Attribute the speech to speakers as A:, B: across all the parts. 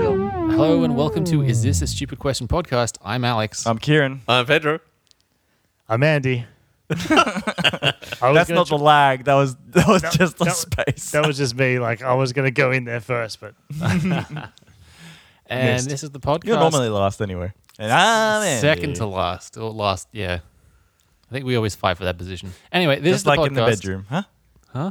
A: Hello and welcome to Is This a Stupid Question podcast. I'm Alex.
B: I'm Kieran.
C: I'm Pedro.
D: I'm Andy. I was
B: That's
D: gonna
B: not
D: tr-
B: the lag. That was that was just the
D: that-
B: space.
D: That was just me. Like I was gonna go in there first, but
A: and
D: missed.
A: this is the podcast
B: You're normally last anyway. And I'm Andy.
A: second to last or last, yeah. I think we always fight for that position. Anyway, this is
B: just
A: the
B: like
A: podcast.
B: in the bedroom, huh?
A: Huh?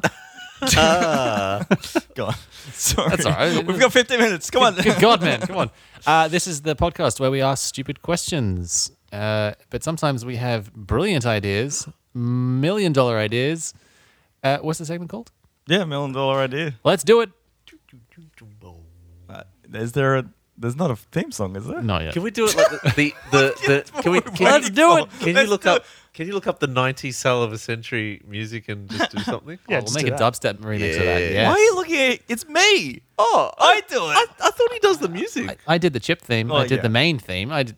B: Go on. Sorry.
A: That's all right.
B: We've got 15 minutes. Come on.
A: Good God, man, come on. Uh, this is the podcast where we ask stupid questions. Uh, but sometimes we have brilliant ideas, million dollar ideas. Uh, what's the segment called?
B: yeah, million dollar idea.
A: Let's do it.
B: Uh, is there a? There's not a theme song, is there?
A: Not yet.
C: Can we do it like the the, the, the can we can
A: Let's
C: you,
A: do it.
C: Can you
B: Let's
C: look
B: do
C: up can you look up the 90 cell of a century music and just do something? Oh,
D: yeah,
A: we'll
D: just
A: make
D: do
A: a
D: that.
A: dubstep remix of that.
C: Yeah.
A: Yeah.
B: Why are you looking at? It's me.
C: Oh,
B: I do it.
C: I, I thought he does the music.
A: I, I did the chip theme.
B: Oh,
A: I did
B: yeah.
A: the main theme. I did,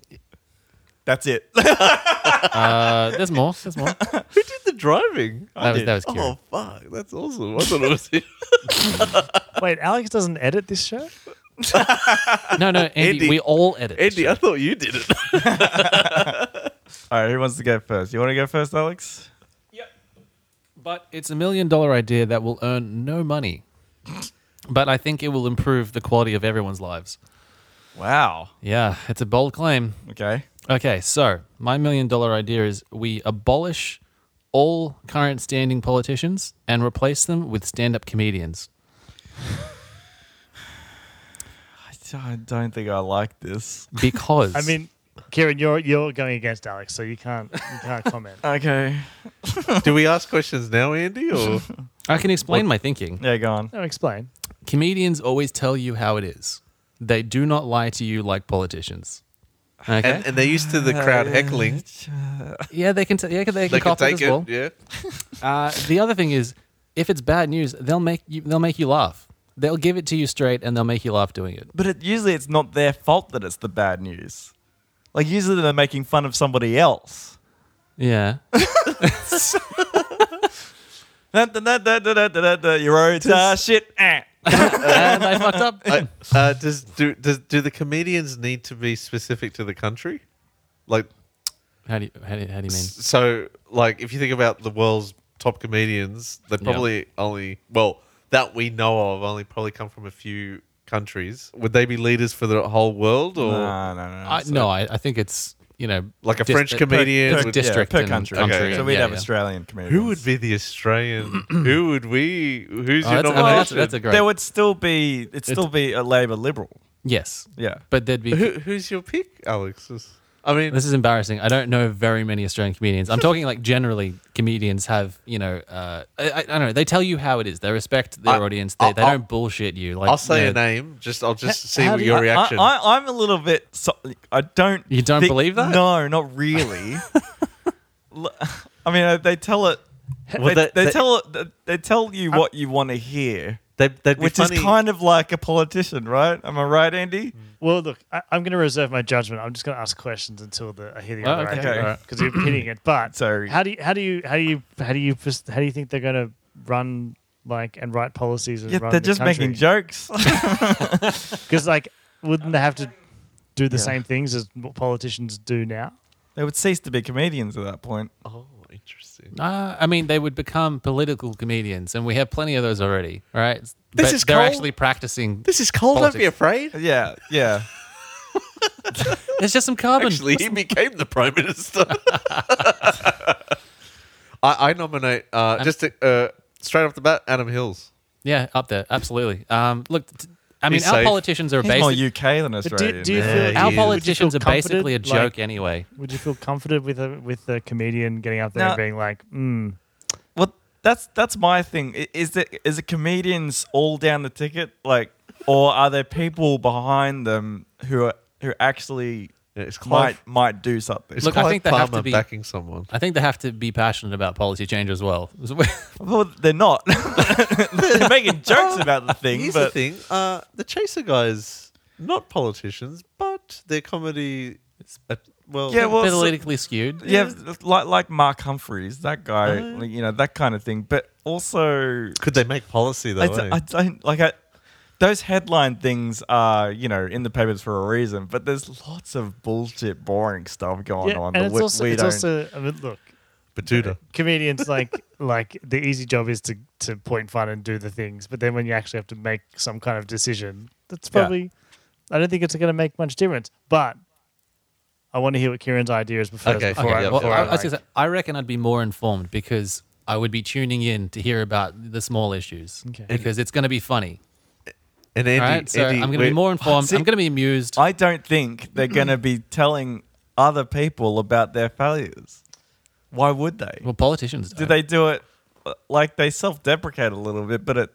B: That's it.
A: uh, there's more. There's more.
C: Who did the driving?
A: That was
B: did.
A: that was cute.
C: Oh fuck, that's awesome. I thought it was him.
D: wait, Alex doesn't edit this show.
A: No, no, Andy,
C: Andy-
A: we all edit. this
C: Andy, I thought you did it.
B: all right. Who wants to go first? You want to go first, Alex?
A: shit. but it's a million dollar idea that will earn no money. But I think it will improve the quality of everyone's lives.
B: Wow.
A: Yeah, it's a bold claim.
B: Okay.
A: Okay, so my million dollar idea is we abolish all current standing politicians and replace them with stand up comedians.
B: I don't- I don't think I like this.
A: Because
D: I mean, Kieran, you're you're going against Alex, so you can't you can't comment.
B: Okay.
C: do we ask questions now, Andy? Or
A: I can explain my thinking.
B: Yeah, go on.
D: No, explain.
A: Comedians always tell you how it is. They do not lie to you like politicians. Okay.
C: and, and they're used to the crowd heckling.
A: yeah, they can. T- yeah, they can
C: They can
A: cop it
C: take
A: as
C: it.
A: well.
C: Yeah.
A: Uh, the other thing is, if it's bad news, they'll make you. They'll make you laugh. They'll give it to you straight, and they'll make you laugh doing it.
B: But it, usually it's not their fault that it's the bad news. Like usually they're making fun of somebody else.
A: Yeah.
B: Da, da, da, da, da, da, da, da, Your own uh, shit. eh.
A: and I fucked up.
C: I, uh, does do does do the comedians need to be specific to the country? Like
A: how do you? How do you, how do you mean?
C: so like if you think about the world's top comedians they probably only well that we know of only probably come from a few countries would they be leaders for the whole world or
B: No, no, no.
A: I,
B: So-
A: no, I, I think it's you know
C: Like a
A: dis-
C: French comedian
A: per, per
C: would-
B: yeah,
A: district
B: per
A: and
B: country.
C: Okay,
B: So we'd
A: yeah,
B: have
A: yeah.
B: Australian comedians.
C: who would be the australian who would we who's
A: Oh,
C: your
A: that's, I mean,
C: nomination
A: that's, that's a great.
B: There would still be. It'd still be a Labour Liberal.
A: yes,
B: Yeah.
A: but there'd be.
C: who, who's your pick alex Is- i mean
A: This is embarrassing. I don't know very many Australian comedians. I'm talking like generally comedians have, you know, uh, I, I, I don't know. They tell you how it is. They respect their
C: I-
A: audience. They,
C: I-
A: they
C: I-
A: don't bullshit you. Like
C: i'll say
A: you
C: a
A: know,
C: name just i'll just
D: H-
C: see
D: how
C: what
D: do
C: your
D: you-
B: I,
C: reaction
B: I, I'm a little bit. So, I don't.
A: You don't believe that?
B: No, not really. L- I mean, uh, they tell it.
C: Well,
B: they,
C: they-
B: they
C: they-
B: tell it. They tell you what you want to hear.
C: they, they'd be
B: Which
C: funny.
B: is kind of like a politician, right? Am I right, Andy?
D: Well, look, I, I'm going to reserve my judgment. I'm just going to ask questions until the, I hear the
A: Oh,
D: other
A: okay.
B: All
D: idea
B: right.
D: because you're hitting it. But
B: Sorry.
D: how do you how do you how do you how do you pres- how do you think they're going to run like and write policies and
B: Yeah,
D: run
B: they're
D: the
B: just
D: country?
B: making jokes.
D: Because like, wouldn't they have to do the
B: Yeah.
D: same things as what politicians do now?
B: they would cease to be comedians at that point.
C: oh interesting
A: Uh, I mean, they would become political comedians, and we have plenty of those already, right? But
C: is
A: they're
C: cold.
A: actually practicing.
C: this is cold don't be
A: Politics.
C: afraid
B: Yeah, yeah.
A: There's just some carbon.
C: Actually, he became the prime minister. I, I nominate uh, just to, uh, straight off the bat, Adam Hills.
A: yeah, up there, absolutely. Um, look, t- I mean,
C: He's
A: our
C: safe.
A: politicians are
B: He's more
A: basically
B: UK than
D: do you
B: Australian.
D: feel-
C: Yeah, he
A: our
C: is.
A: politicians are
D: Would you feel
A: basically a
D: comforted, like-
A: joke anyway.
D: Would you feel comforted with a with a comedian getting up there
B: No.
D: and being like, mm,
B: Well, that's that's my thing. I- Is it is it comedians all down the ticket, like, or are there people behind them who are who actually
C: Yeah, it's Clive.
B: might might do something?
C: It's
A: Look, I
C: Clive
A: think they have
C: Palmer
A: to be-
C: backing someone.
A: I think they have to be passionate about policy change as well.
B: Well, they're not. they're making jokes about the thing,
C: Here's
B: but
C: the thing: uh, the Chaser guys, not politicians, but their comedy. uh, well,
B: Yeah, well- so-
A: politically skewed.
B: yeah, like like Mark Humphreys, that guy,
D: Uh-huh.
B: like, you know, that kind of thing. But also,
C: could they make policy though?
B: I,
C: eh?
B: d- I don't like I. those headline things are, you know, in the papers for a reason, but there's lots of bullshit, boring stuff going
D: yeah,
B: on.
D: and
B: that
D: it's
B: we-
D: also
B: we
D: it's
B: don't-
D: also I mean, look,
C: Batuta.
D: comedians like like the easy job is to to point fun and do the things, but then when you actually have to make some kind of decision, that's
B: Yeah.
D: probably I don't think it's going to make much difference. But I want to hear what Kieran's idea is before.
C: Okay,
D: before I,
C: okay, yeah,
D: before
C: well,
A: I,
D: I,
A: was
D: like-
A: gonna say, I reckon I'd be more informed because I would be tuning in to hear about the small issues
D: Okay.
A: because it's going to be funny.
C: And Andy,
A: all right? So
C: Andy
A: I'm going to
C: we're-
A: be more informed.
B: See-
A: I'm going to be amused.
B: I don't think they're going to be telling other people about their failures. Why would they?
A: well, politicians
B: do
A: don't.
B: they do it uh, like they self-deprecate a little bit but it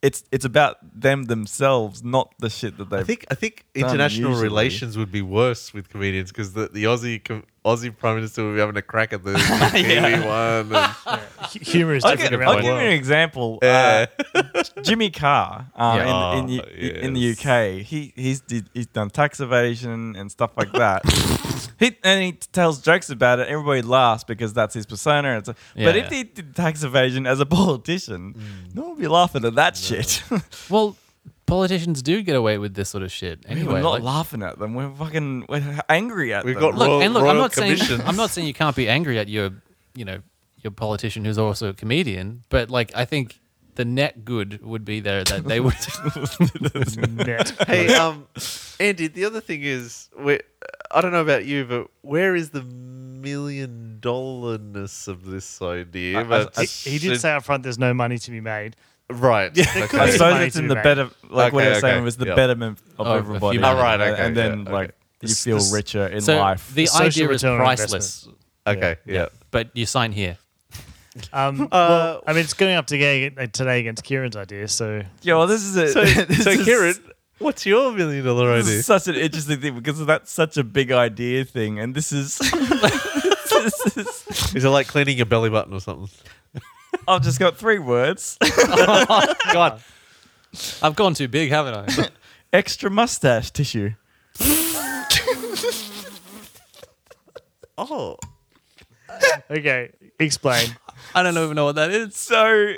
B: it's it's about them themselves not the shit that they
C: I think I think
B: done
C: international
B: usually.
C: relations would be worse with comedians because the, the Aussie com- Aussie prime minister would be having a crack at the the Kiwi one. And,
D: humor is
B: I'll,
D: different
B: give-
D: around
B: I'll
D: the
B: give you
D: world.
B: an example.
C: Yeah.
B: Uh, Jimmy Carr uh,
C: Yeah.
B: in, in,
C: Oh,
B: the- in the
C: yes.
B: UK, he he's did, he's done tax evasion and stuff like that. he and he tells jokes about it. Everybody laughs because that's his persona. and so- but
A: Yeah.
B: if he did tax evasion as a politician,
C: Mm.
B: no one would be laughing at that shit.
A: well, politicians do get away with this sort of shit anyway.
B: we're not
A: like-
B: laughing at them. We're fucking we're angry at
C: We've
B: them.
C: got
A: look,
C: Royal-
A: and look, I'm
C: Royal
A: not saying
C: commissions.
A: I'm not saying you can't be angry at your, you know, your politician who's also a comedian, but like I think the net good would be there that they would.
D: Net.
C: hey, um, Andy, the other thing is, we I don't know about you, but where is the million dollarness of this idea? But-
D: he, he did say up front, "There's no money to be made."
C: right.
D: could
B: I
D: be
B: suppose
D: money
B: it's
D: to
B: in
D: be
B: the
D: made.
B: better, like what
C: Okay,
B: you're saying
C: okay.
B: was the
C: Yeah.
B: betterment
A: Of
B: of
A: a
B: everybody.
A: human.
B: and-
C: Alright, okay,
B: And then
C: yeah,
B: like
C: okay.
B: you
D: This-
B: feel
D: this-
B: richer in
A: so
B: life.
A: the
D: Social
A: idea is
D: return on investment.
A: priceless,
C: Okay, yeah.
A: but you sign here.
D: Um, well, I mean, it's going up to ga- today against Kieran's idea, so
B: Yo, this is a
C: So,
B: this
C: so
B: is-
C: Kieran, what's your million dollar
B: This
C: idea?
B: is such an interesting thing because that's such a big idea thing, and this is. this is
C: Is it like cleaning your belly button or something?
B: I've just got three words:
A: God, I've gone too big, haven't I?
B: extra mustache tissue.
C: Oh,
D: okay, explain.
A: I don't even know what that is.
B: So,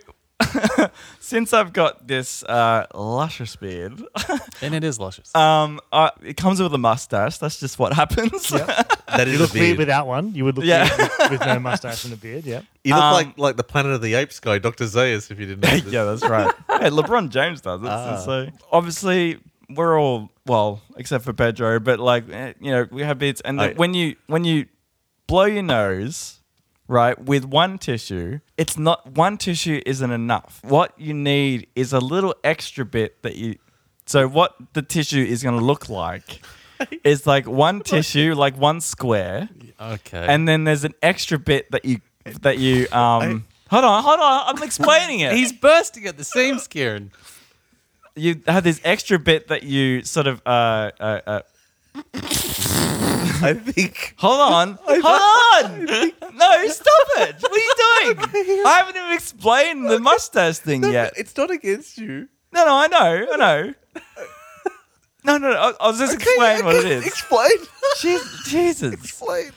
B: since I've got this uh, luscious beard,
A: And it is luscious.
B: um, I, it comes with a mustache. That's just what happens.
C: that
D: You
C: is
D: look weird
C: a beard.
D: without one. You would look
B: Yeah.
D: weird with, with no mustache and a beard. Yeah.
C: you look
B: Um,
C: like like the Planet of the Apes guy, Doctor Zayas. If you didn't, know this.
B: yeah, that's right. hey, LeBron James does it.
C: Ah.
B: So obviously, we're all well, except for Pedro. But like, eh, you know, we have beards, and
C: Oh,
B: the-
C: yeah.
B: when you when you blow your nose, right, with one tissue, it's not one tissue isn't enough. What you need is a little extra bit that you. So what the tissue is going to look like is like one tissue, like one square
A: okay.
B: and then there's an extra bit that you that you um hold on hold on i'm explaining it
A: he's bursting at the seams, Kieran.
B: you have this extra bit that you sort of uh uh, uh
C: I think
B: hold on hold on no stop it what are you doing i haven't even explained the mustache thing yet
C: it's not against you.
B: no no i know i know no no, no I, I was just explaining what it is
C: Explain.
B: Jesus, Jesus.
C: Explain.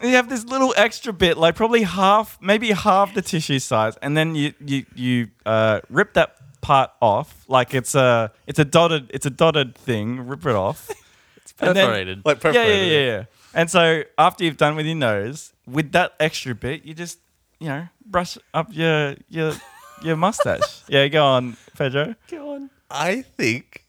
B: And you have this little extra bit, like probably half, maybe half the tissue size, and then you you you uh, rip that part off, like it's a it's a dotted it's a dotted thing. Rip it off. it's
A: Perforated.
C: Like
B: yeah, yeah,
C: perforated.
B: yeah, yeah. And so after you've done with your nose, with that extra bit, you just you know brush up your your your mustache. yeah, go on, Pedro.
C: I think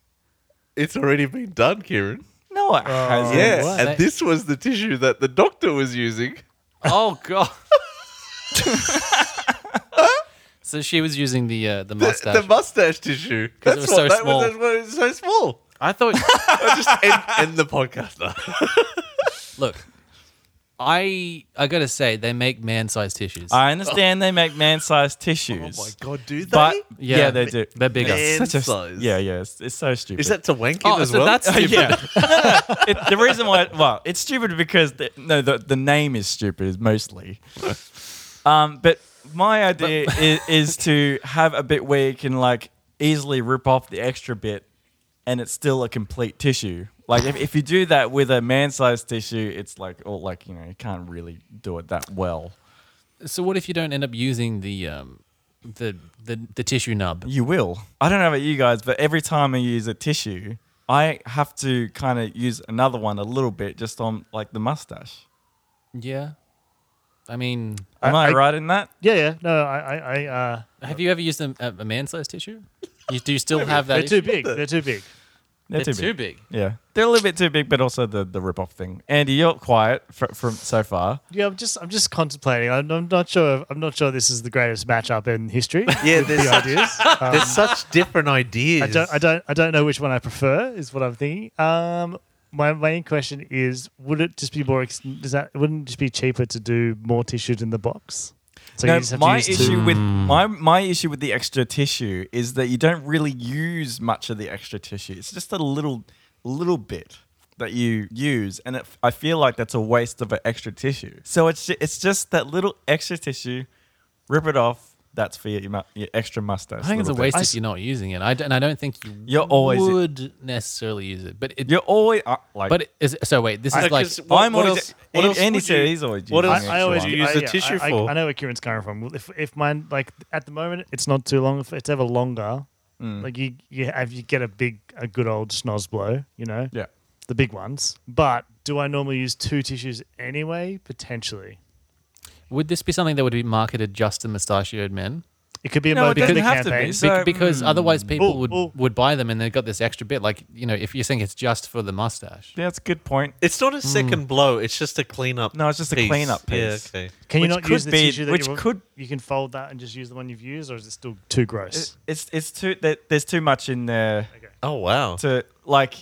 C: it's already been done, Kieran.
B: No, it hasn't.
C: Yeah,
D: what?
C: and this was the tissue that the doctor was using.
A: oh God. so she was using the uh, the
C: The
A: mustache.
C: mustache, the mustache tissue.
A: it
C: That's
A: was
C: what
A: so
C: that
A: small.
C: was. That's why it was so small.
A: I thought.
C: I'll just end, end the podcast now.
A: Look, I I gotta say they make man-sized tissues.
B: I understand they make man-sized tissues.
C: Oh god, do they?
B: But yeah, they do.
A: They're bigger.
C: Man
B: Such a-
C: size.
B: Yeah, yeah. It's, it's so stupid.
C: is that to wank in
A: Oh,
C: as
A: so
C: well?
A: that's
B: Oh,
A: stupid.
B: yeah. No, no, no. It- the reason why, well, it's stupid because the, no, the, the name is stupid mostly. Um, but my idea is, is to have a bit where you can like easily rip off the extra bit, and it's still a complete tissue. Like if, if you do that with a man-sized tissue, it's like or like you know you can't really do it that well.
A: So what if you don't end up using the um the the, the tissue nub.
B: You will. I don't know about you guys, but every time I use a tissue, I have to kind of use another one a little bit just on like the mustache.
A: Yeah, I mean,
B: Am
D: I-
B: I,
D: I-
B: right in that?
D: Yeah, yeah. No, I, I, I uh,
A: have you ever used a, a a man-sized tissue? You, do you still have that?
D: they're too
A: issue?
D: big. They're too big.
A: They're too, big.
B: Yeah, they're a little bit too big, but also the the rip off thing. Andy, you're quiet fr- from so far.
D: Yeah, I'm just, I'm just contemplating. I'm, I'm not sure. I'm not sure this is the greatest matchup in history.
C: Yeah,
D: the
C: there's such,
D: ideas. Um,
C: there's such different ideas.
D: I don't, I don't, I don't know which one I prefer. Is what I'm thinking. Um, my main question is: Would it just be more? ex- Does that wouldn't it just be cheaper to do more tissue in the box? So
B: No,
D: you just have
B: my
D: to use
B: issue
D: two.
B: with my my issue with the extra tissue is that you don't really use much of the extra tissue. It's just a little little bit that you use, and it, I feel like that's a waste of an extra tissue. So it's ju- it's just that little extra tissue, rip it off. That's for your, your, mu- your extra mustache.
A: I think it's a
B: little
A: waste
B: bit.
A: if you're not using it. I d- and I don't think you
B: You're always-
A: would necessarily use it. But it,
B: You're always uh, like.
A: but it is, so wait, this is
C: No,
A: like
C: 'cause
B: I'm always- Andy- Andy
C: would
B: said
C: you-
B: he's always
C: What
B: using
C: else
B: it.
D: I, I always
B: one.
C: would you use
D: I,
C: the
D: yeah,
C: tissue
D: I,
C: for?
D: I, I know where Kieran's coming from. Well, If if mine like at the moment it's not too long. If it's ever longer,
B: Mm.
D: like you you have you get a big a good old schnoz blow, you know,
B: yeah.
D: the big ones. But do I normally use two tissues anyway? Potentially,
A: would this be something that would be marketed just to mustachioed men?
D: it could be a
B: No, it
D: motivator
B: doesn't have to be.
D: campaign.
A: Be-
B: So,
A: because
B: hmm.
A: otherwise people
D: Ooh,
A: would
D: ooh.
A: would buy them and they've got this extra bit. Like you know, if you think it's just for the mustache,
B: Yeah, that's a good point.
C: It's not a second blow. It's just a cleanup.
B: No, it's just a
C: piece.
B: cleanup piece.
C: Yeah, okay.
D: Can you
B: Which
D: not
B: could
D: use the
B: be-
D: tissue that
B: which
D: you want?
B: could-
D: you can fold that and just use the one you've used, or is it still too gross?
B: It- It's it's too there, there's too much in there
C: Oh wow.
B: to like.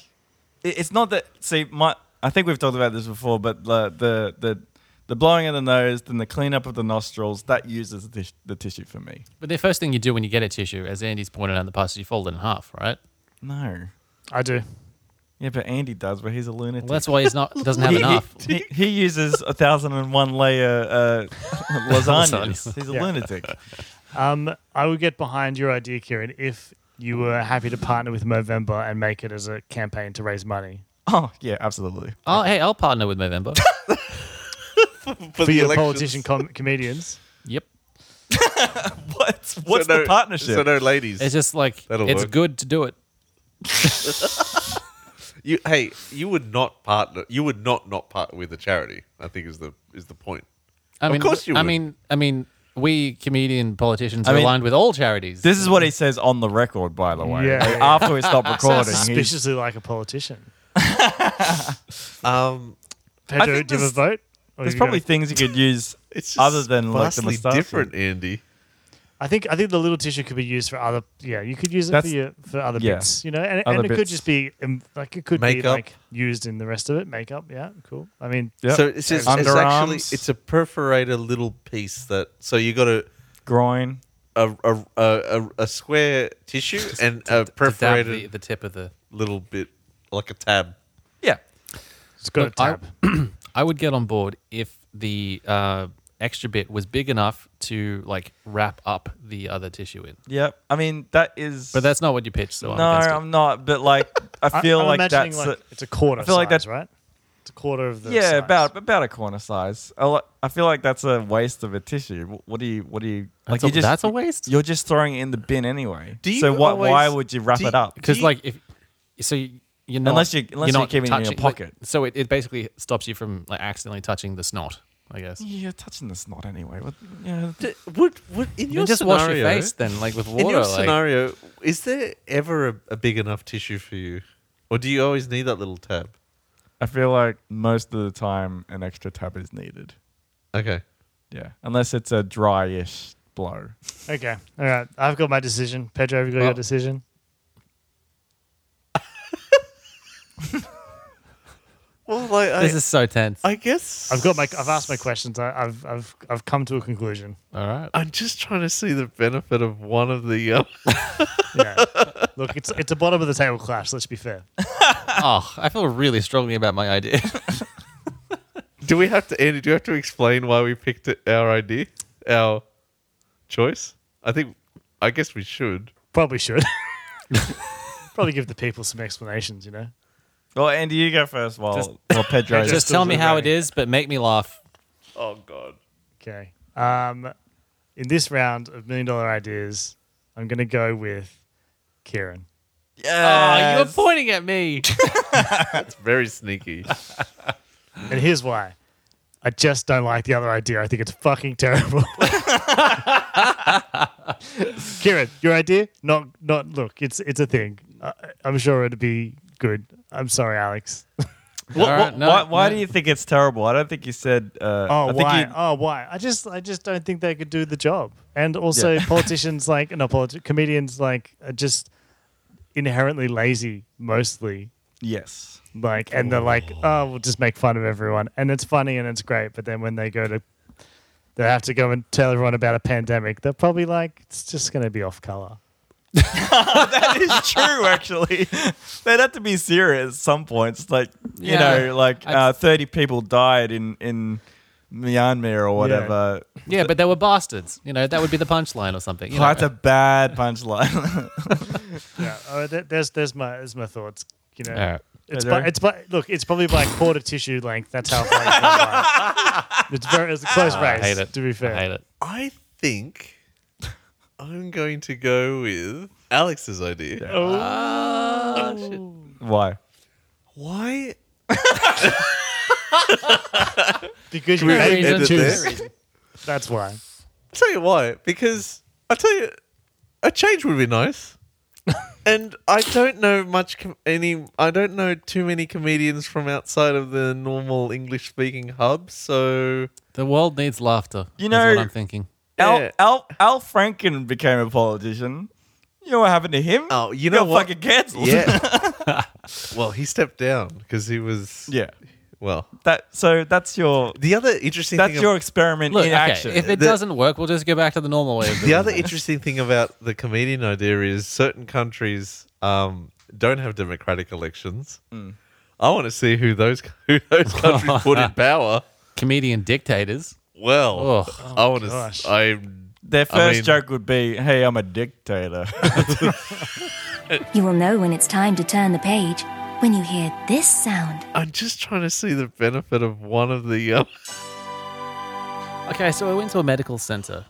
B: it- It's not that. See, my I think we've talked about this before, but the the the, the blowing of the nose, then the cleanup of the nostrils, that uses the, tis- the tissue for me.
A: but the first thing you do when you get a tissue, as Andy's pointed out in the past, is you fold it in half, right?
B: No.
D: I do.
B: Yeah, but Andy does, but he's a lunatic.
A: Well, that's why he's not doesn't have
B: He-
A: enough.
B: He, he, he uses a thousand and one layer uh, lasagnas.
A: Lasagna.
B: He's a
D: Yeah.
B: lunatic.
D: Um, I would get behind your idea, Kieran, if you were happy to partner with Movember and make it as a campaign to raise money
B: Oh yeah, absolutely.
A: Oh, hey, I'll partner with Movember.
D: for,
C: the
D: your
C: elections.
D: politician com- comedians.
A: yep,
B: What's what's
C: So
B: the
C: no-
B: partnership?
C: So no ladies.
A: it's just like
C: That'll
A: it's
C: work.
A: good to do it.
C: you, hey, you would not partner. You would not not partner with a charity. I think is the is the point.
A: I
C: Of
A: mean,
C: course you
A: I
C: would.
A: mean, I mean, we comedian politicians
B: I
A: are
B: mean-
A: aligned with all charities.
B: This is what he says on the record, by the way.
D: Yeah.
B: Like, after we stop recording, he's-
D: Suspiciously like a politician.
C: Um,
B: think
D: Pedro, do you have a
B: there's-
D: vote? Or have
B: there's
D: you
B: probably
D: got a-
B: things you could use
C: it's just
B: other than like the
C: vastly
B: moustache.
C: different, Andy.
D: I think I think the little tissue could be used for other. Yeah, you could use it for
B: That's-
D: your, for other
B: yeah.
D: bits, you know, and,
B: Other
D: and it could
B: bits.
D: just be um, like it could be
C: Makeup.
D: like used in the rest of it. Makeup, yeah, cool. I mean,
B: Yep.
C: So it's, just, it's actually
B: Underarms.
C: it's a perforated little piece that. So you got a
B: groin.
C: a a, a, a, a square tissue and a
A: To dab the,
C: perforated
A: the tip of the.
C: little bit like a tab.
B: Yeah.
D: it's got a
A: Look, I-
D: tab.
A: I would get on board if the uh, extra bit was big enough to like wrap up the other tissue in.
B: Yep. I mean, that is.
A: But that's not what you pitched, so
B: no,
A: I'm against it.
B: I'm not. But like, I
D: I-
B: feel
D: I'm
B: like
D: imagining
B: that's
D: like
B: a-
D: it's a quarter.
B: I feel like
D: size,
B: that's-
D: right. It's a quarter of the.
B: yeah,
D: size.
B: about about a corner size. I, li- I feel like that's a waste of a tissue. Wh- What do you? What do you? Like
A: That's a-
B: you just,
A: that's a waste?
B: You're just throwing it in the bin anyway.
C: Do
B: so
C: you
B: what? why
C: always-
B: would you wrap
C: do
B: it
C: you-
B: up?
A: because
C: Do you-
A: like if so you- you're not
B: Unless you-
A: you're
B: unless you
A: not
B: keep it in your
A: touching-
B: pocket.
A: like, so it, it basically stops you from like accidentally touching the snot i guess
B: You're touching the snot anyway. What, yeah.
C: D- Would would in
A: Then
C: your
A: just
C: scenario,
A: wash your face then like with water
C: in your
A: like
C: scenario, is there ever a, a big enough tissue for you, or do you always need that little tab?
B: I feel like most of the time an extra tab is needed.
C: Okay.
B: Yeah, unless it's a dryish blow.
D: Okay. All right. I've got my decision. Pedro, have you got
C: Well-
D: your decision?
C: Well, like I,
A: this is so tense
C: I guess
D: I've got my. I've asked my questions. I, I've I've I've come to a conclusion.
A: all right
C: I'm just trying to see the benefit of one of the. Uh,
D: Yeah. Look, it's it's a bottom of the table clash. Let's be fair.
A: oh i feel really strongly about my idea
C: do we have to, Andy? Do you have to explain why we picked it, our idea, our choice? I think, I guess we should.
D: Probably should. Probably give the people some explanations. You know.
B: Well, Andy, you go first. While while Pedro,
A: just tell me how it is but make me laugh
C: Oh God.
D: Okay. Um, in this round of million dollar ideas, I'm going to go with Kieran.
A: Oh, you're
B: Yes.
A: pointing at me.
C: It's very sneaky.
D: And here's why. I just don't like the other idea. I think it's fucking terrible. Kieran, your idea? Not, not. Look, it's it's a thing. I, I'm sure it'd be good. I'm sorry, Alex.
B: What-
A: All right,
B: what-
A: no,
B: why why
A: no.
B: do you think it's terrible? I don't think you said. Uh, I
D: Oh
B: think
D: why?
B: you-
D: Oh why? I just I just don't think they could do the job. And also politicians like no politi- comedians like are just inherently lazy mostly.
B: yes.
D: Like and they're like, oh, we'll just make fun of everyone, and it's funny and it's great. But then when they go to, they have to go and tell everyone about a pandemic. They're probably like, it's just going to be off color.
B: that is true, actually. They'd have to be serious at some points. Like, you
A: Yeah.
B: know, like
A: I-
B: uh, 30 people died in, in Myanmar or whatever.
A: yeah, but they were bastards. You know, that would be the punchline or something. You know?
B: That's a bad punchline.
D: Yeah. Oh, th- there's there's my there's my thoughts. You know.
A: All right.
D: It's
B: Hello.
D: by, it's by, look, it's probably by quarter tissue length. That's how far it's gone by. It's very it's a close
A: Ah, I
D: race.
A: hate it.
D: To be fair,
A: I hate it.
C: I think I'm going to go with Alex's idea.
B: Why?
C: Why?
D: because you
C: we
D: hate
C: edit
D: it.
C: this?
D: That's why.
C: tell you why. Because I tell you, a change would be nice. and I don't know much com- any. I don't know too many comedians from outside of the normal English-speaking hub. So
A: The world needs laughter.
B: You
A: is
B: know-
A: what I'm thinking.
B: Al,
C: Yeah.
B: Al, Al Franken became a politician. You know what happened to him?
C: Oh, you
B: He
C: know
B: got
C: what?
B: fucking cancelled.
C: yeah. well, he stepped down because he was.
B: yeah.
C: Well,
B: That, so that's your.
C: the other interesting
B: That's
C: thing.
B: your experiment
A: Look,
B: in
A: okay,
B: action.
A: if it
C: The-
A: doesn't work, we'll just go back to the normal way. Of doing
C: the other
A: it.
C: interesting thing about the comedian idea is certain countries um, don't have democratic elections. I want to see who those who those countries put in power.
A: comedian dictators.
C: Well,
A: Oh.
C: I want
D: gosh.
C: to. I'm
B: Their first
C: I mean-
B: joke would be, "Hey, I'm a dictator."
E: You will know when it's time to turn the page when you hear this sound.
C: I'm just trying to see the benefit of one of the. Um,
A: Okay, so I went to a medical center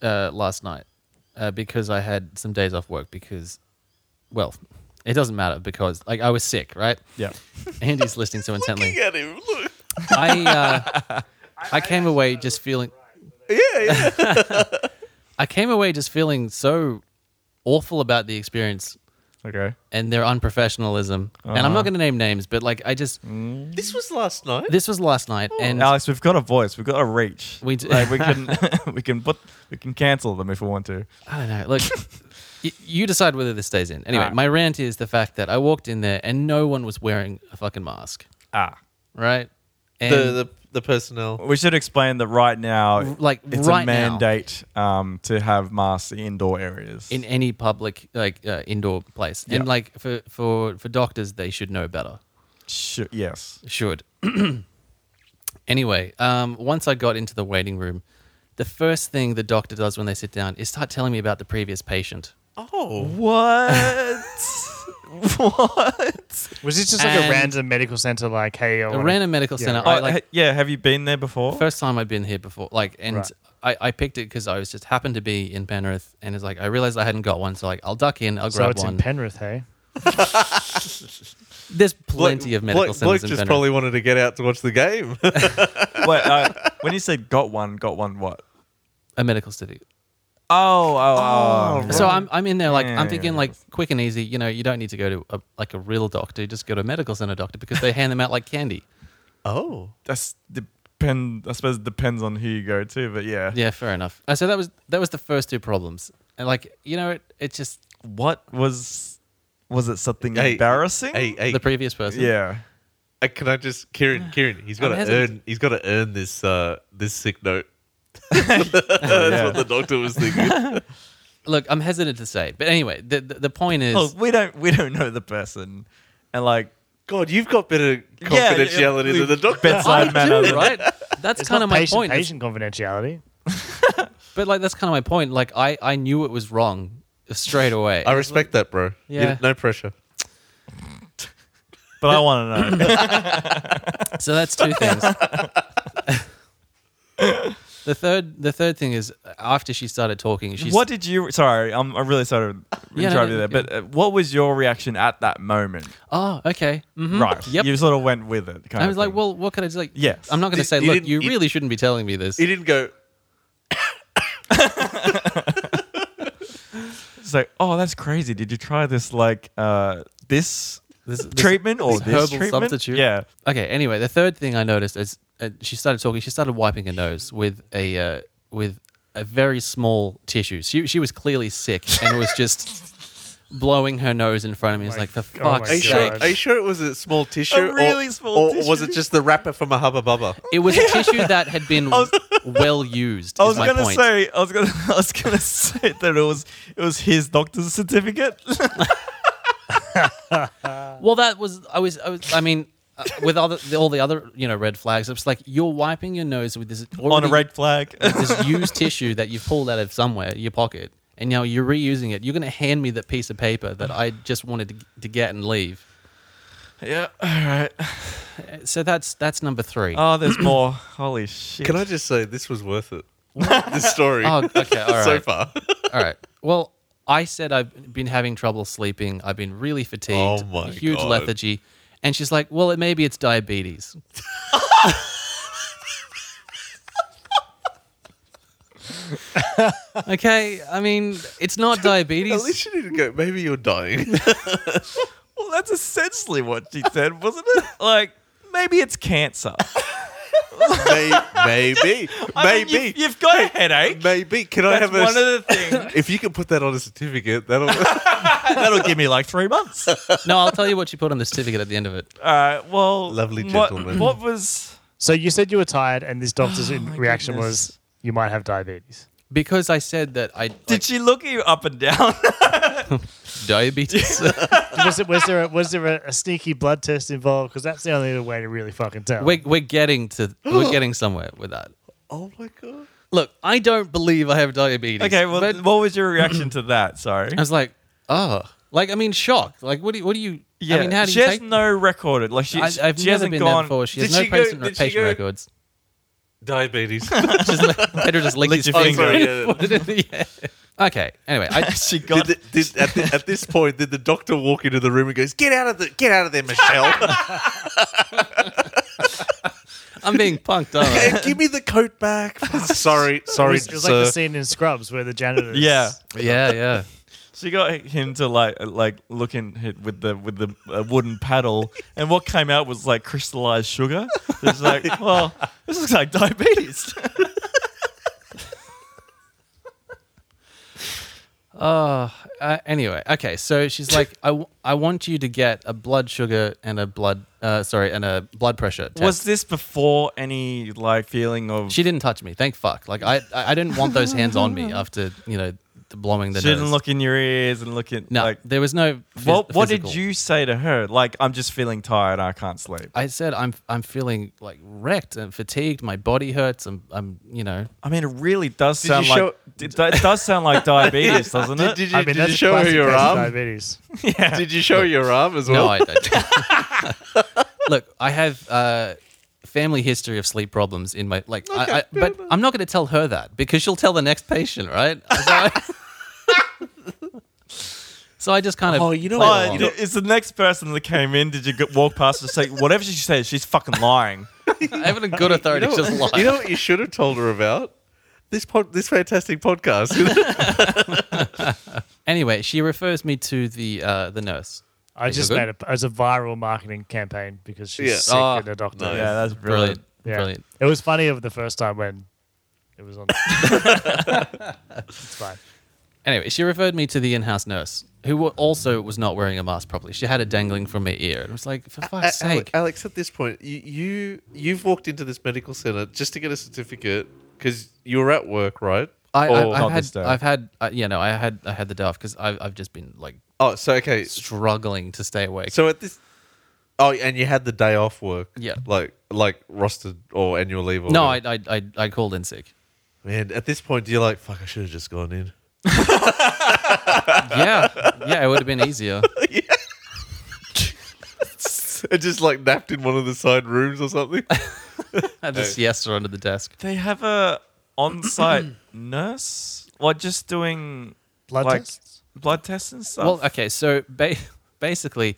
A: uh, last night uh, because I had some days off work because, well, it doesn't matter because like I was sick, right?
B: yeah.
A: Andy's listening so intently.
C: Look at him. Look.
A: I uh, I came away just feeling.
C: Yeah, yeah.
A: I came away just feeling so awful about the experience
B: Okay.
A: and their unprofessionalism. And
C: Uh-huh.
A: I'm not going to name names, but like I just
C: this was last night.
A: this was last night, and
B: Alex, we've got a voice. We've got a reach.
A: We do-
B: Like, we can we can put we can cancel them if we want to.
A: I don't know. Look, y- you decide whether this stays in. Anyway,
B: Alright.
A: my rant is the fact that I walked in there and no one was wearing a fucking mask,
B: Ah.
A: right? And
C: the, the the personnel.
B: We should explain that right now.
A: like,
B: it's
A: right
B: a
A: now.
B: mandate um, to have masks in indoor areas.
A: in any public like uh, indoor place,
B: Yeah.
A: and like for for for doctors, they should know better.
B: Sh- yes.
A: Should. anyway, um, once I got into the waiting room, the first thing the doctor does when they sit down is start telling me about the previous patient.
C: Oh,
B: What? what?
D: Was this just like a
A: And-
D: random medical center? Like, hey, I
A: A
D: wanna-
A: random medical
D: Yeah.
A: center.
B: Oh,
A: I like
B: ha- yeah. Have you been there before?
A: first time I've been here before. Like, and
D: Right.
A: I, I picked it because I was just happened to be in Penrith, and it's like I realized I hadn't got one, so like I'll duck in, I'll
D: So
A: grab
D: it's
A: one.
D: in Penrith, hey?
A: There's plenty of medical
C: Blake,
A: centers
C: Blake
A: in
C: just
A: Penrith.
C: probably wanted to get out to watch the game.
B: Wait, uh, when you said got one, got one what?
A: a medical city.
B: Oh, oh, oh.
A: So I'm I'm in there like
B: Yeah,
A: I'm thinking like quick and easy. You know, you don't need to go to a, like a real doctor. You just go to a medical center doctor because they hand them out like candy.
C: oh,
B: That's depend. I suppose it depends on who you go to, but yeah.
A: Yeah, fair enough. Uh, so that was that was the first two problems, and like you know, it, it's just
B: What was was it something
C: Hey,
B: embarrassing?
C: hey, hey.
A: the previous person.
B: Yeah.
C: Uh, can I just, Kieran? Kieran, he's got
A: I'm
C: to
A: hesitant.
C: earn. He's got to earn this. Uh, this sick note.
A: Oh,
C: That's
B: yeah.
C: what the doctor was thinking.
A: Look, I'm hesitant to say, but anyway, the the, the point is.
B: Look, we don't we don't know the person, and like
C: God, you've got better
B: Yeah,
C: confidentiality
B: yeah,
C: than the doctor.
A: I
B: bedside manner.
A: do, right? That's
D: It's
A: kind
D: not
A: of my
D: patient,
A: point. It's-
D: Patient confidentiality.
A: But like that's kind of my point. Like I, I knew it was wrong straight away.
C: I respect that, bro. You-
A: Yeah.
C: no pressure.
B: But I want to know.
A: so that's two things. The third, the third thing is after she started talking, she's
B: what did you? Sorry, I'm, I'm really sorry to
A: Yeah, no,
B: interrupt
A: no,
B: you
A: you're
B: there, but uh, what was your reaction at that moment?
A: Oh, okay. hmm
B: Right.
A: Yep.
B: You sort of went with it. Kind
A: I
B: of
A: was like,
B: thing.
A: well, what could I do? Like,
B: Yes.
A: I'm not going
C: You-
A: to say,
C: you
A: look,
C: didn't-
A: you
C: you-
A: really shouldn't be telling me this.
C: He didn't go.
B: it's like, oh, that's crazy. Did you try this like uh, this,
A: This- this-
B: treatment or
A: this
B: this,
A: herbal
B: treatment?
A: substitute?
B: Yeah.
A: Okay. Anyway, the third thing I noticed is uh, she started talking. She started wiping her nose with a uh, with a very small tissue. She she was clearly sick and was just blowing her nose in front of me. It's
D: My-
A: like for
D: oh my
A: fuck's
C: Are you, sure,
A: sake!
D: God.
C: are you sure it was a small tissue? or-
B: really small
C: or, was it
B: tissue?
C: just the wrapper from a Hubba Bubba?
A: It was a tissue that had been well used.
B: I was
A: is my
B: gonna
A: point.
B: say, I was gonna, I was gonna say that it was, it was his doctor's certificate.
A: Well, that was I was I, was, I mean, uh, with all the, all the other you know red flags, it's like you're wiping your nose with this
B: on a
A: already-
B: red flag.
A: this used tissue that you've pulled out of somewhere, your pocket, and now you're reusing it. You're going to hand me that piece of paper that I just wanted to, to get and leave.
B: yeah. All right.
A: Uh, So that's that's number three.
B: Oh, there's more. Holy shit.
C: Can I just say this was worth it? this story.
A: Oh, okay, all
C: So
A: right.
C: far.
A: All right. Well, I said I've been having trouble sleeping. I've been really fatigued.
C: Oh my
A: huge
C: God.
A: lethargy. And she's like, "Well, it maybe it's diabetes." okay, I mean, it's not
C: At least
A: diabetes.
C: you didn't go. Maybe you're dying.
B: Well, that's essentially what she said, wasn't it? Like, maybe it's cancer.
C: May- maybe.
B: I mean,
C: maybe.
B: you've, you've got a headache.
C: maybe. Can
B: That's
C: I have a?
B: one of the things.
C: if you can put that on a certificate, that'll.
B: That'll give me like three months.
A: No, I'll tell you what she put on the certificate at the end of it.
B: All right. Well,
C: Lovely
B: what-
C: gentleman.
B: What, was?
D: So you said you were tired, and this
A: Oh
D: doctor's in-
B: my
D: reaction
B: goodness.
D: was, "You might have diabetes."
A: Because I said that I
B: Did she look you up and down?
A: diabetes.
D: was, it, was there a, was there a, a sneaky blood test involved? Because that's the only other way to really fucking tell.
A: we're, we're getting to we're getting somewhere with that.
C: oh my god.
A: Look, I don't believe I have diabetes.
B: okay. Well,
A: but
B: what was your reaction to that? Sorry.
A: I was like, oh, like I mean, shocked. Like, what do you, what do you?
B: Yeah.
A: I mean, how do
B: she
A: you
B: has
A: take?
B: no record. of- Like she,
A: I,
B: she
A: I've never
B: hasn't
A: been there
B: gone.
A: before. She has
C: Did
A: no
C: she go-
A: patient,
C: did she
A: patient
C: go-
A: records.
C: Diabetes.
A: Just let- Pedro just licked
B: Licked
A: his
B: your
A: finger.
B: finger,
C: yeah.
A: Put it in the air. Okay. Anyway, I,
B: she
C: did
B: got.
C: the, did, at, the, at this point, did the doctor walk into the room and goes, "Get out of the, get out of there, Michelle!
A: I'm being punked, aren't I?
C: Hey, Give me the coat back." sorry,
D: It
C: sorry,
D: was, it was like
C: sir.
D: the scene in Scrubs where the janitor. is-
B: yeah.
A: Yeah, yeah.
B: She got him to like uh, like look in hit with the with the uh, wooden paddle, and what came out was like crystallized sugar. It's like, well, this looks like diabetes.
A: Uh, uh, anyway, okay. So she's like, I, w- I want you to get a blood sugar and a blood, uh, sorry, and a blood pressure test.
B: Was this before any like feeling of?
A: She didn't touch me. Thank fuck. Like I, I I didn't want those hands on me after you know the blowing the
B: she didn't
A: nose.
B: look in your ears and look at
A: No,
B: like.
A: there was no. phys-
B: What what did
A: physical.
B: you say to her? Like, I'm just feeling tired. I can't sleep.
A: I said I'm I'm feeling like wrecked and fatigued. My body hurts. I'm I'm you know.
B: I mean, it really does
C: you
B: sound like
C: show-
B: it do- it does sound like diabetes, doesn't
C: did,
B: it?
C: did you,
D: I mean,
C: did
D: that's
C: you
D: a
C: show her
D: classic
C: your
D: case of
C: arm?
D: Diabetes.
C: Did you show your arm as well?
A: No, I don't. look, I have uh, family history of sleep problems in my like.
C: Okay,
A: I, I,
C: fair
A: but I'm not going to tell her that because she'll tell the next patient, right? So I, so I just kind of.
C: Oh, you know
A: played
C: what?
B: Oh,
A: along.
B: d- is the next person that came in? Did you go- walk past and say whatever she says? She's fucking lying.
A: having a good authority
C: you know,
A: just lied.
C: you know what you should have told her about this pod, this fantastic podcast.
A: Anyway, she refers me to the uh, the nurse.
D: I
A: Think
D: just
A: you're
D: made
A: good?
D: it as a viral marketing campaign because she's
C: Yeah.
D: sick
A: Oh,
D: and a doctor.
C: nice.
B: Yeah, that's
A: Brilliant,
B: brilliant.
D: Yeah.
A: brilliant.
D: It was funny over the first time when it was on. it's fine.
A: Anyway, she referred me to the in-house nurse, who wa- also was not wearing a mask properly. She had it dangling from her ear. It was like, for
C: A- Ale-
A: fuck's sake.
C: Alex, at this point, you, you you've walked into this medical center just to get a certificate because you were at work, right?
A: I,
C: Or-
A: I,
B: not
A: I've had,
B: this day.
A: I've had, uh, yeah, no, I had, I had the day off because I've, I've just been like
C: oh, so okay.
A: struggling to stay awake.
C: So at this, oh, and you had the day off work,
A: Yeah.
C: like like rostered or annual leave. Or
A: no, I,
C: whatever.
A: I, I, I called in sick.
C: man. At this point, you're like, fuck, I should have just gone in.
A: Yeah, yeah, it would have been easier.
C: And just like napped in one of the side rooms or something.
A: I had the siesta under the desk.
B: They have a on-site nurse, like just doing
D: Blood
B: like
D: tests?
B: blood tests and stuff.
A: Well, okay, so ba- basically,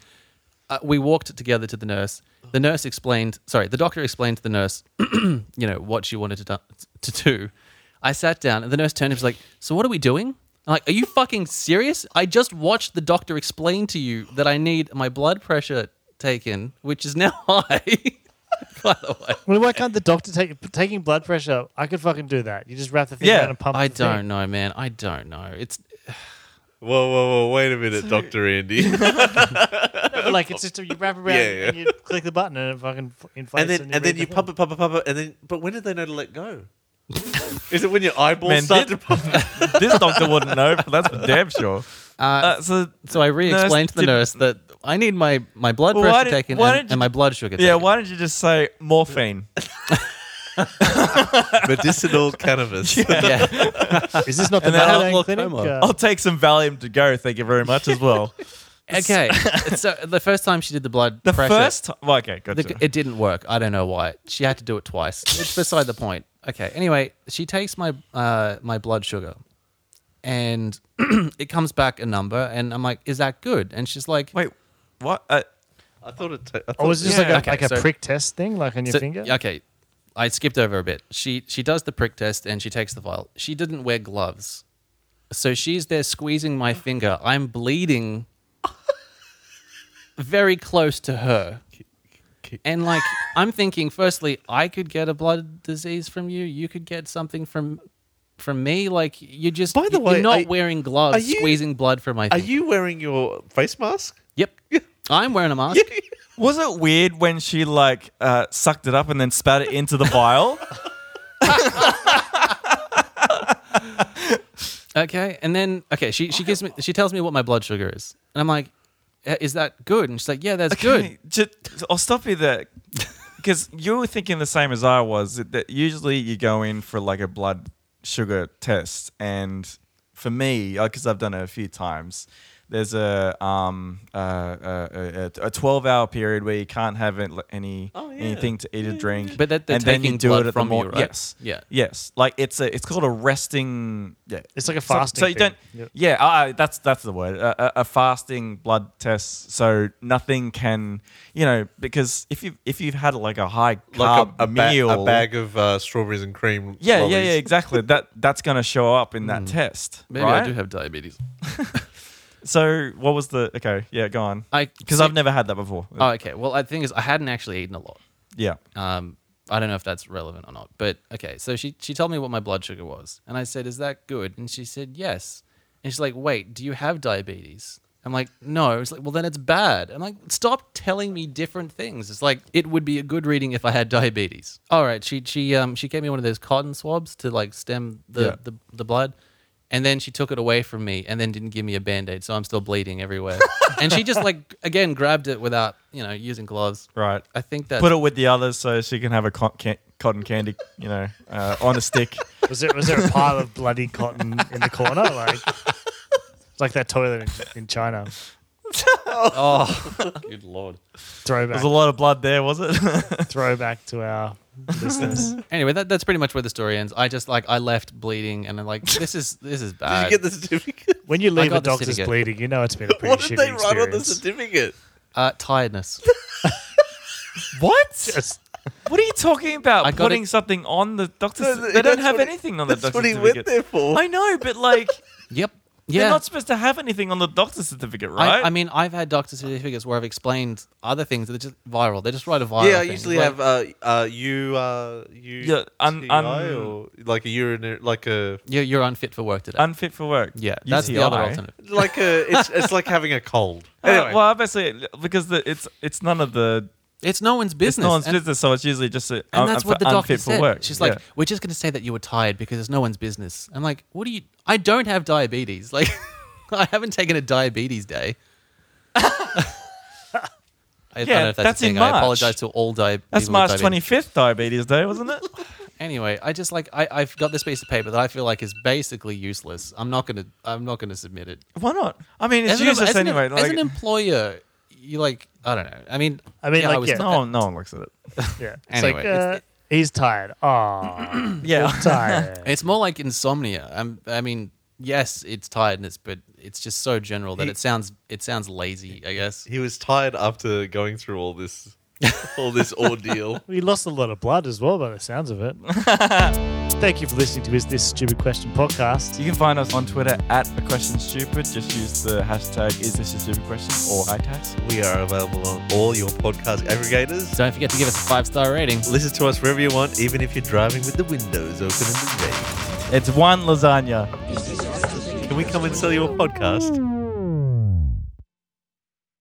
A: uh, we walked together to the nurse. The nurse explained, sorry, the doctor explained to the nurse, you know, what she wanted to, do- to do. I sat down, and the nurse turned and was like, "So what are we doing?" I'm like, "Are you fucking serious? I just watched the doctor explain to you that I need my blood pressure taken, which is now high." By the way,
D: Well, why can't the doctor take taking blood pressure? I could fucking do that. You just wrap the thing
B: Yeah,
D: around and pump.
A: I
D: the thing.
A: don't know, man. I don't know. It's
C: Whoa, whoa, whoa! Wait a minute, Doctor Andy.
D: But, like it's just you wrap around
C: Yeah, yeah.
D: and you click the button and it fucking f- inflates.
C: and then and then you pump it, pump it, pump it, and then. But when did they know to let go? Is it when your eyeballs
B: Man,
C: start
B: did-
C: to pop?
B: this doctor wouldn't know. But that's for damn sure.
A: uh,
B: Uh, so
A: so I re-explained to the
B: did-
A: nurse that I need my my blood
B: Well, why
A: pressure
B: did-
A: taken
B: why
A: and,
B: did you-
A: and my blood sugar.
B: yeah,
A: taken.
B: why don't you just say morphine?
C: Medicinal cannabis.
A: yeah.
D: Is this not the
B: and then
D: Madeline
A: I'll-
D: clinic?
A: I'll-
D: Uh,
B: I'll take some Valium to go. Thank you very much as well.
A: Okay, so the first time she did the blood
B: The
A: pressure,
B: first time, well, okay, gotcha.
A: the- it didn't work. I don't know why. She had to do it twice. It's beside the point. Okay. Anyway, she takes my uh, my blood sugar, and it comes back a number, and I'm like, "Is that good?" And she's like,
B: Wait, what? Uh,
C: I thought it. ta- I
D: or
C: thought
D: was it just
B: Yeah,
D: like a,
A: okay,
D: like a
A: so-
D: prick test thing, like on your
A: So-
D: finger?
A: Okay, I skipped over a bit. She she does the prick test and she takes the vial. She didn't wear gloves, so she's there squeezing my finger. I'm bleeding very close to her, and like I'm thinking, firstly, I could get a blood disease from you. You could get something from from me. Like you just
C: By the
A: you're
C: way,
A: not
C: are-
A: wearing gloves,
C: are you-
A: squeezing blood from my.
C: Are
A: Finger.
C: you wearing your face mask?
A: Yep. I'm wearing a mask.
B: was it weird when she like uh, sucked it up and then spat it into the vial?
A: Okay, and then okay, she she gives me she tells me what my blood sugar is, and I'm like, "Eh, is that good? And she's like, yeah, that's good.
B: Just, I'll stop you there. Because you were thinking the same as I was. That that usually you go in for like a blood sugar test, and for me, because I've done it a few times, there's a um uh, uh, a, a, a 12 hour period where you can't have it- any
C: Oh, yeah.
B: anything to eat or drink.
A: But that they're taking blood from you,
B: morning.
A: right?
B: Yes.
A: Yeah.
B: Yes. Like it's a it's called a resting. Yeah.
D: It's like a
B: So-
D: fasting
B: So, you
D: thing.
B: don't.
D: Yep.
B: Yeah, uh, that's that's the word. A, a, a fasting blood test, so nothing can, you know, because if you if you've had like a high
C: Like
B: carb
C: a, a, ba-
B: meal,
C: a bag of uh, strawberries and cream.
B: yeah, yeah,
C: lollies.
B: yeah, exactly. that that's gonna show up in that test,
A: Mm. Maybe
B: right?
A: I do have diabetes.
B: So what was the? Okay, yeah, go on.
A: I
B: Because I've never had that before.
A: Oh, okay. Well, the thing is, I hadn't actually eaten a lot.
B: yeah.
A: Um, I don't know if that's relevant or not, but okay. So she she told me what my blood sugar was, and I said, "Is that good?" And she said, "Yes." And she's like, "Wait, do you have diabetes?" I'm like, "No." It's like, "Well, then it's bad." I'm like, "Stop telling me different things." It's like it would be a good reading if I had diabetes. All right, she she um she gave me one of those cotton swabs to like stem the
B: Yeah.
A: the, the blood. And then she took it away from me and then didn't give me a band aid, so I'm still bleeding everywhere. and she just like again grabbed it without, you know, using gloves.
B: Right.
A: I think that's
B: Put it with the others so she can have a con- can- cotton candy, you know, uh, on a stick.
D: Was there was there a pile of bloody cotton in the corner? Like it's like that toilet in, in China.
A: Oh, good lord.
D: Throwback,
B: There's a lot of blood there, was it?
D: throwback to our listeners.
A: Anyway, that, that's pretty much where the story ends. I just like I left bleeding, and I'm like, this is this is
C: Did
A: bad.
C: you get the certificate?
D: When you leave
A: got
D: a
A: the
D: doctor's
A: certificate.
D: bleeding, you know it's been a pretty
C: What
D: shitty
C: did they write on the
D: experience.
C: certificate?
A: uh, tiredness.
B: what?
D: Yes.
B: What are you talking about?
A: I got
B: Putting
A: it-
B: something on the doctor's.
C: No, th-
B: they don't
C: that's
B: have
C: what he-
B: anything on the doctor's
C: that's what he
B: certificate.
C: went there for.
B: I know, but like
A: yep.
B: they're
A: Yeah.
B: not supposed to have anything on the doctor's certificate, right?
A: I, I mean, I've had doctor certificates where I've explained other things that are just viral. They just write a viral.
C: yeah, I
A: thing.
C: usually
A: Like,
C: have uh, uh, you, uh, you,
B: Yeah, un-
C: TI
B: un-
C: or like a urinary, like a,
A: You're, you're unfit for work today.
B: unfit for work.
A: yeah, that's the other
B: UTI.
A: alternative.
C: like a. It's it's like having a cold.
B: Uh,
C: Anyway,
B: well, obviously, because the, it's it's none of the
A: It's no one's business.
B: it's no one's
A: and,
B: business, so it's usually just a,
A: and
B: un-
A: that's what the doctor
B: unfit
A: said.
B: for work.
A: She's like,
B: Yeah.
A: we're just going to say that you were tired because it's no one's business. I'm like, what do you? I don't have diabetes. Like, I haven't taken a diabetes day. I don't
B: Yeah,
A: know if that's,
B: that's
A: a thing.
B: in
A: I
B: March.
A: apologize to all di-
B: that's
A: people with
B: March
A: diabetes.
B: twenty fifth, diabetes day, wasn't it?
A: Anyway, I just like I, I've got this piece of paper that I feel like is basically useless. I'm not gonna I'm not gonna submit it.
B: Why not? I mean, it's
A: an-
B: useless
A: an-
B: anyway.
A: as
B: like,
A: an employer, you like I don't know. I mean,
D: I mean,
A: yeah,
D: like,
A: I was
D: yeah.
A: not-
B: no, one- no one looks at it.
D: Yeah. It's
A: Anyway,
D: like, uh,
A: it's-
D: He's tired. Oh,
A: Mm-hmm.
B: Yeah.
D: tired.
A: It's more like insomnia. I'm, I mean, yes, it's tiredness, but it's just so general that it sounds it sounds lazy. I guess.
C: He was tired after going through all this, all this ordeal.
D: We lost a lot of blood as well by the sounds of it. Thank you for listening to Is This Stupid Question podcast.
B: You can find us on Twitter at a question stupid. Just use the hashtag is this a stupid question or ITAS.
C: We are available on all your podcast aggregators.
A: Don't forget to give us a five star rating.
C: Listen to us wherever you want, even if you're driving with the windows open in the rain.
B: It's one lasagna.
C: Can we come and sell you a podcast?